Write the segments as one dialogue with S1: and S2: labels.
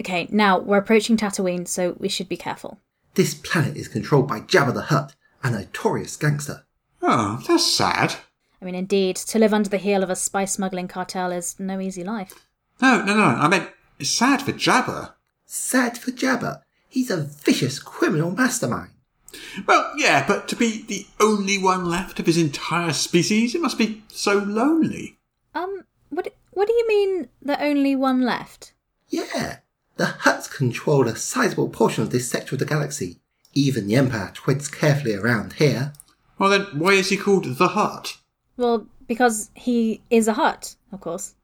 S1: Okay, now we're approaching Tatooine, so we should be careful.
S2: This planet is controlled by Jabba the Hutt, a notorious gangster.
S3: Oh, that's sad.
S1: I mean, indeed, to live under the heel of a spice smuggling cartel is no easy life.
S3: No, no, no. I meant it's sad for Jabba.
S2: Sad for Jabba. He's a vicious criminal mastermind.
S3: Well, yeah, but to be the only one left of his entire species, it must be so lonely.
S1: Um, what what do you mean the only one left?
S2: Yeah, the Huts control a sizable portion of this sector of the galaxy. Even the Empire twids carefully around here.
S3: Well, then, why is he called the Hut?
S1: Well, because he is a hut, of course.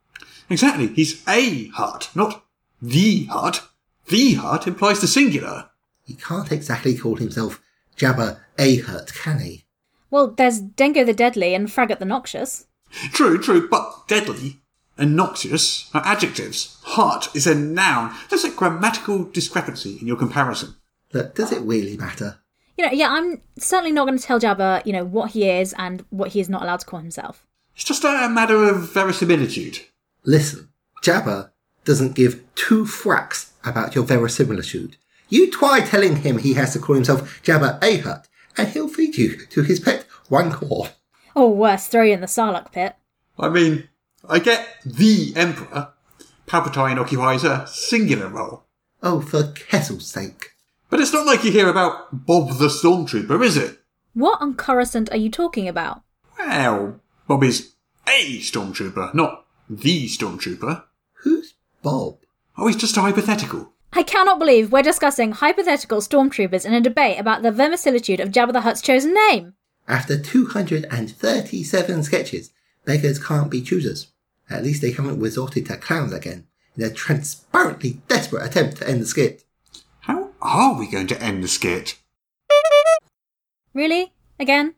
S3: Exactly, he's a hut, not the hut. The hut implies the singular.
S2: He can't exactly call himself Jabba a Hutt, can he?
S1: Well, there's Dengo the Deadly and Fraggot the Noxious.
S3: True, true, but deadly and noxious are adjectives. Hut is a noun. There's a grammatical discrepancy in your comparison.
S2: Look, does it really matter?
S1: You know, yeah, I'm certainly not going to tell Jabba, you know, what he is and what he is not allowed to call himself.
S3: It's just a matter of verisimilitude.
S2: Listen, Jabba doesn't give two fracks about your verisimilitude. You try telling him he has to call himself Jabba a Hutt, and he'll feed you to his pet Rancor.
S1: Or Oh, worse, throw you in the Sarlacc pit.
S3: I mean, I get the Emperor. Palpatine occupies a singular role.
S2: Oh, for Kessel's sake.
S3: But it's not like you hear about Bob the Stormtrooper, is it?
S1: What on Coruscant are you talking about?
S3: Well, Bob is a Stormtrooper, not the Stormtrooper.
S2: Who's Bob?
S3: Oh, he's just a hypothetical.
S1: I cannot believe we're discussing hypothetical stormtroopers in a debate about the vermisilitude of Jabba the Hutt's chosen name.
S2: After 237 sketches, beggars can't be choosers. At least they haven't resorted to clowns again in a transparently desperate attempt to end the skit.
S3: How are we going to end the skit?
S1: Really? Again?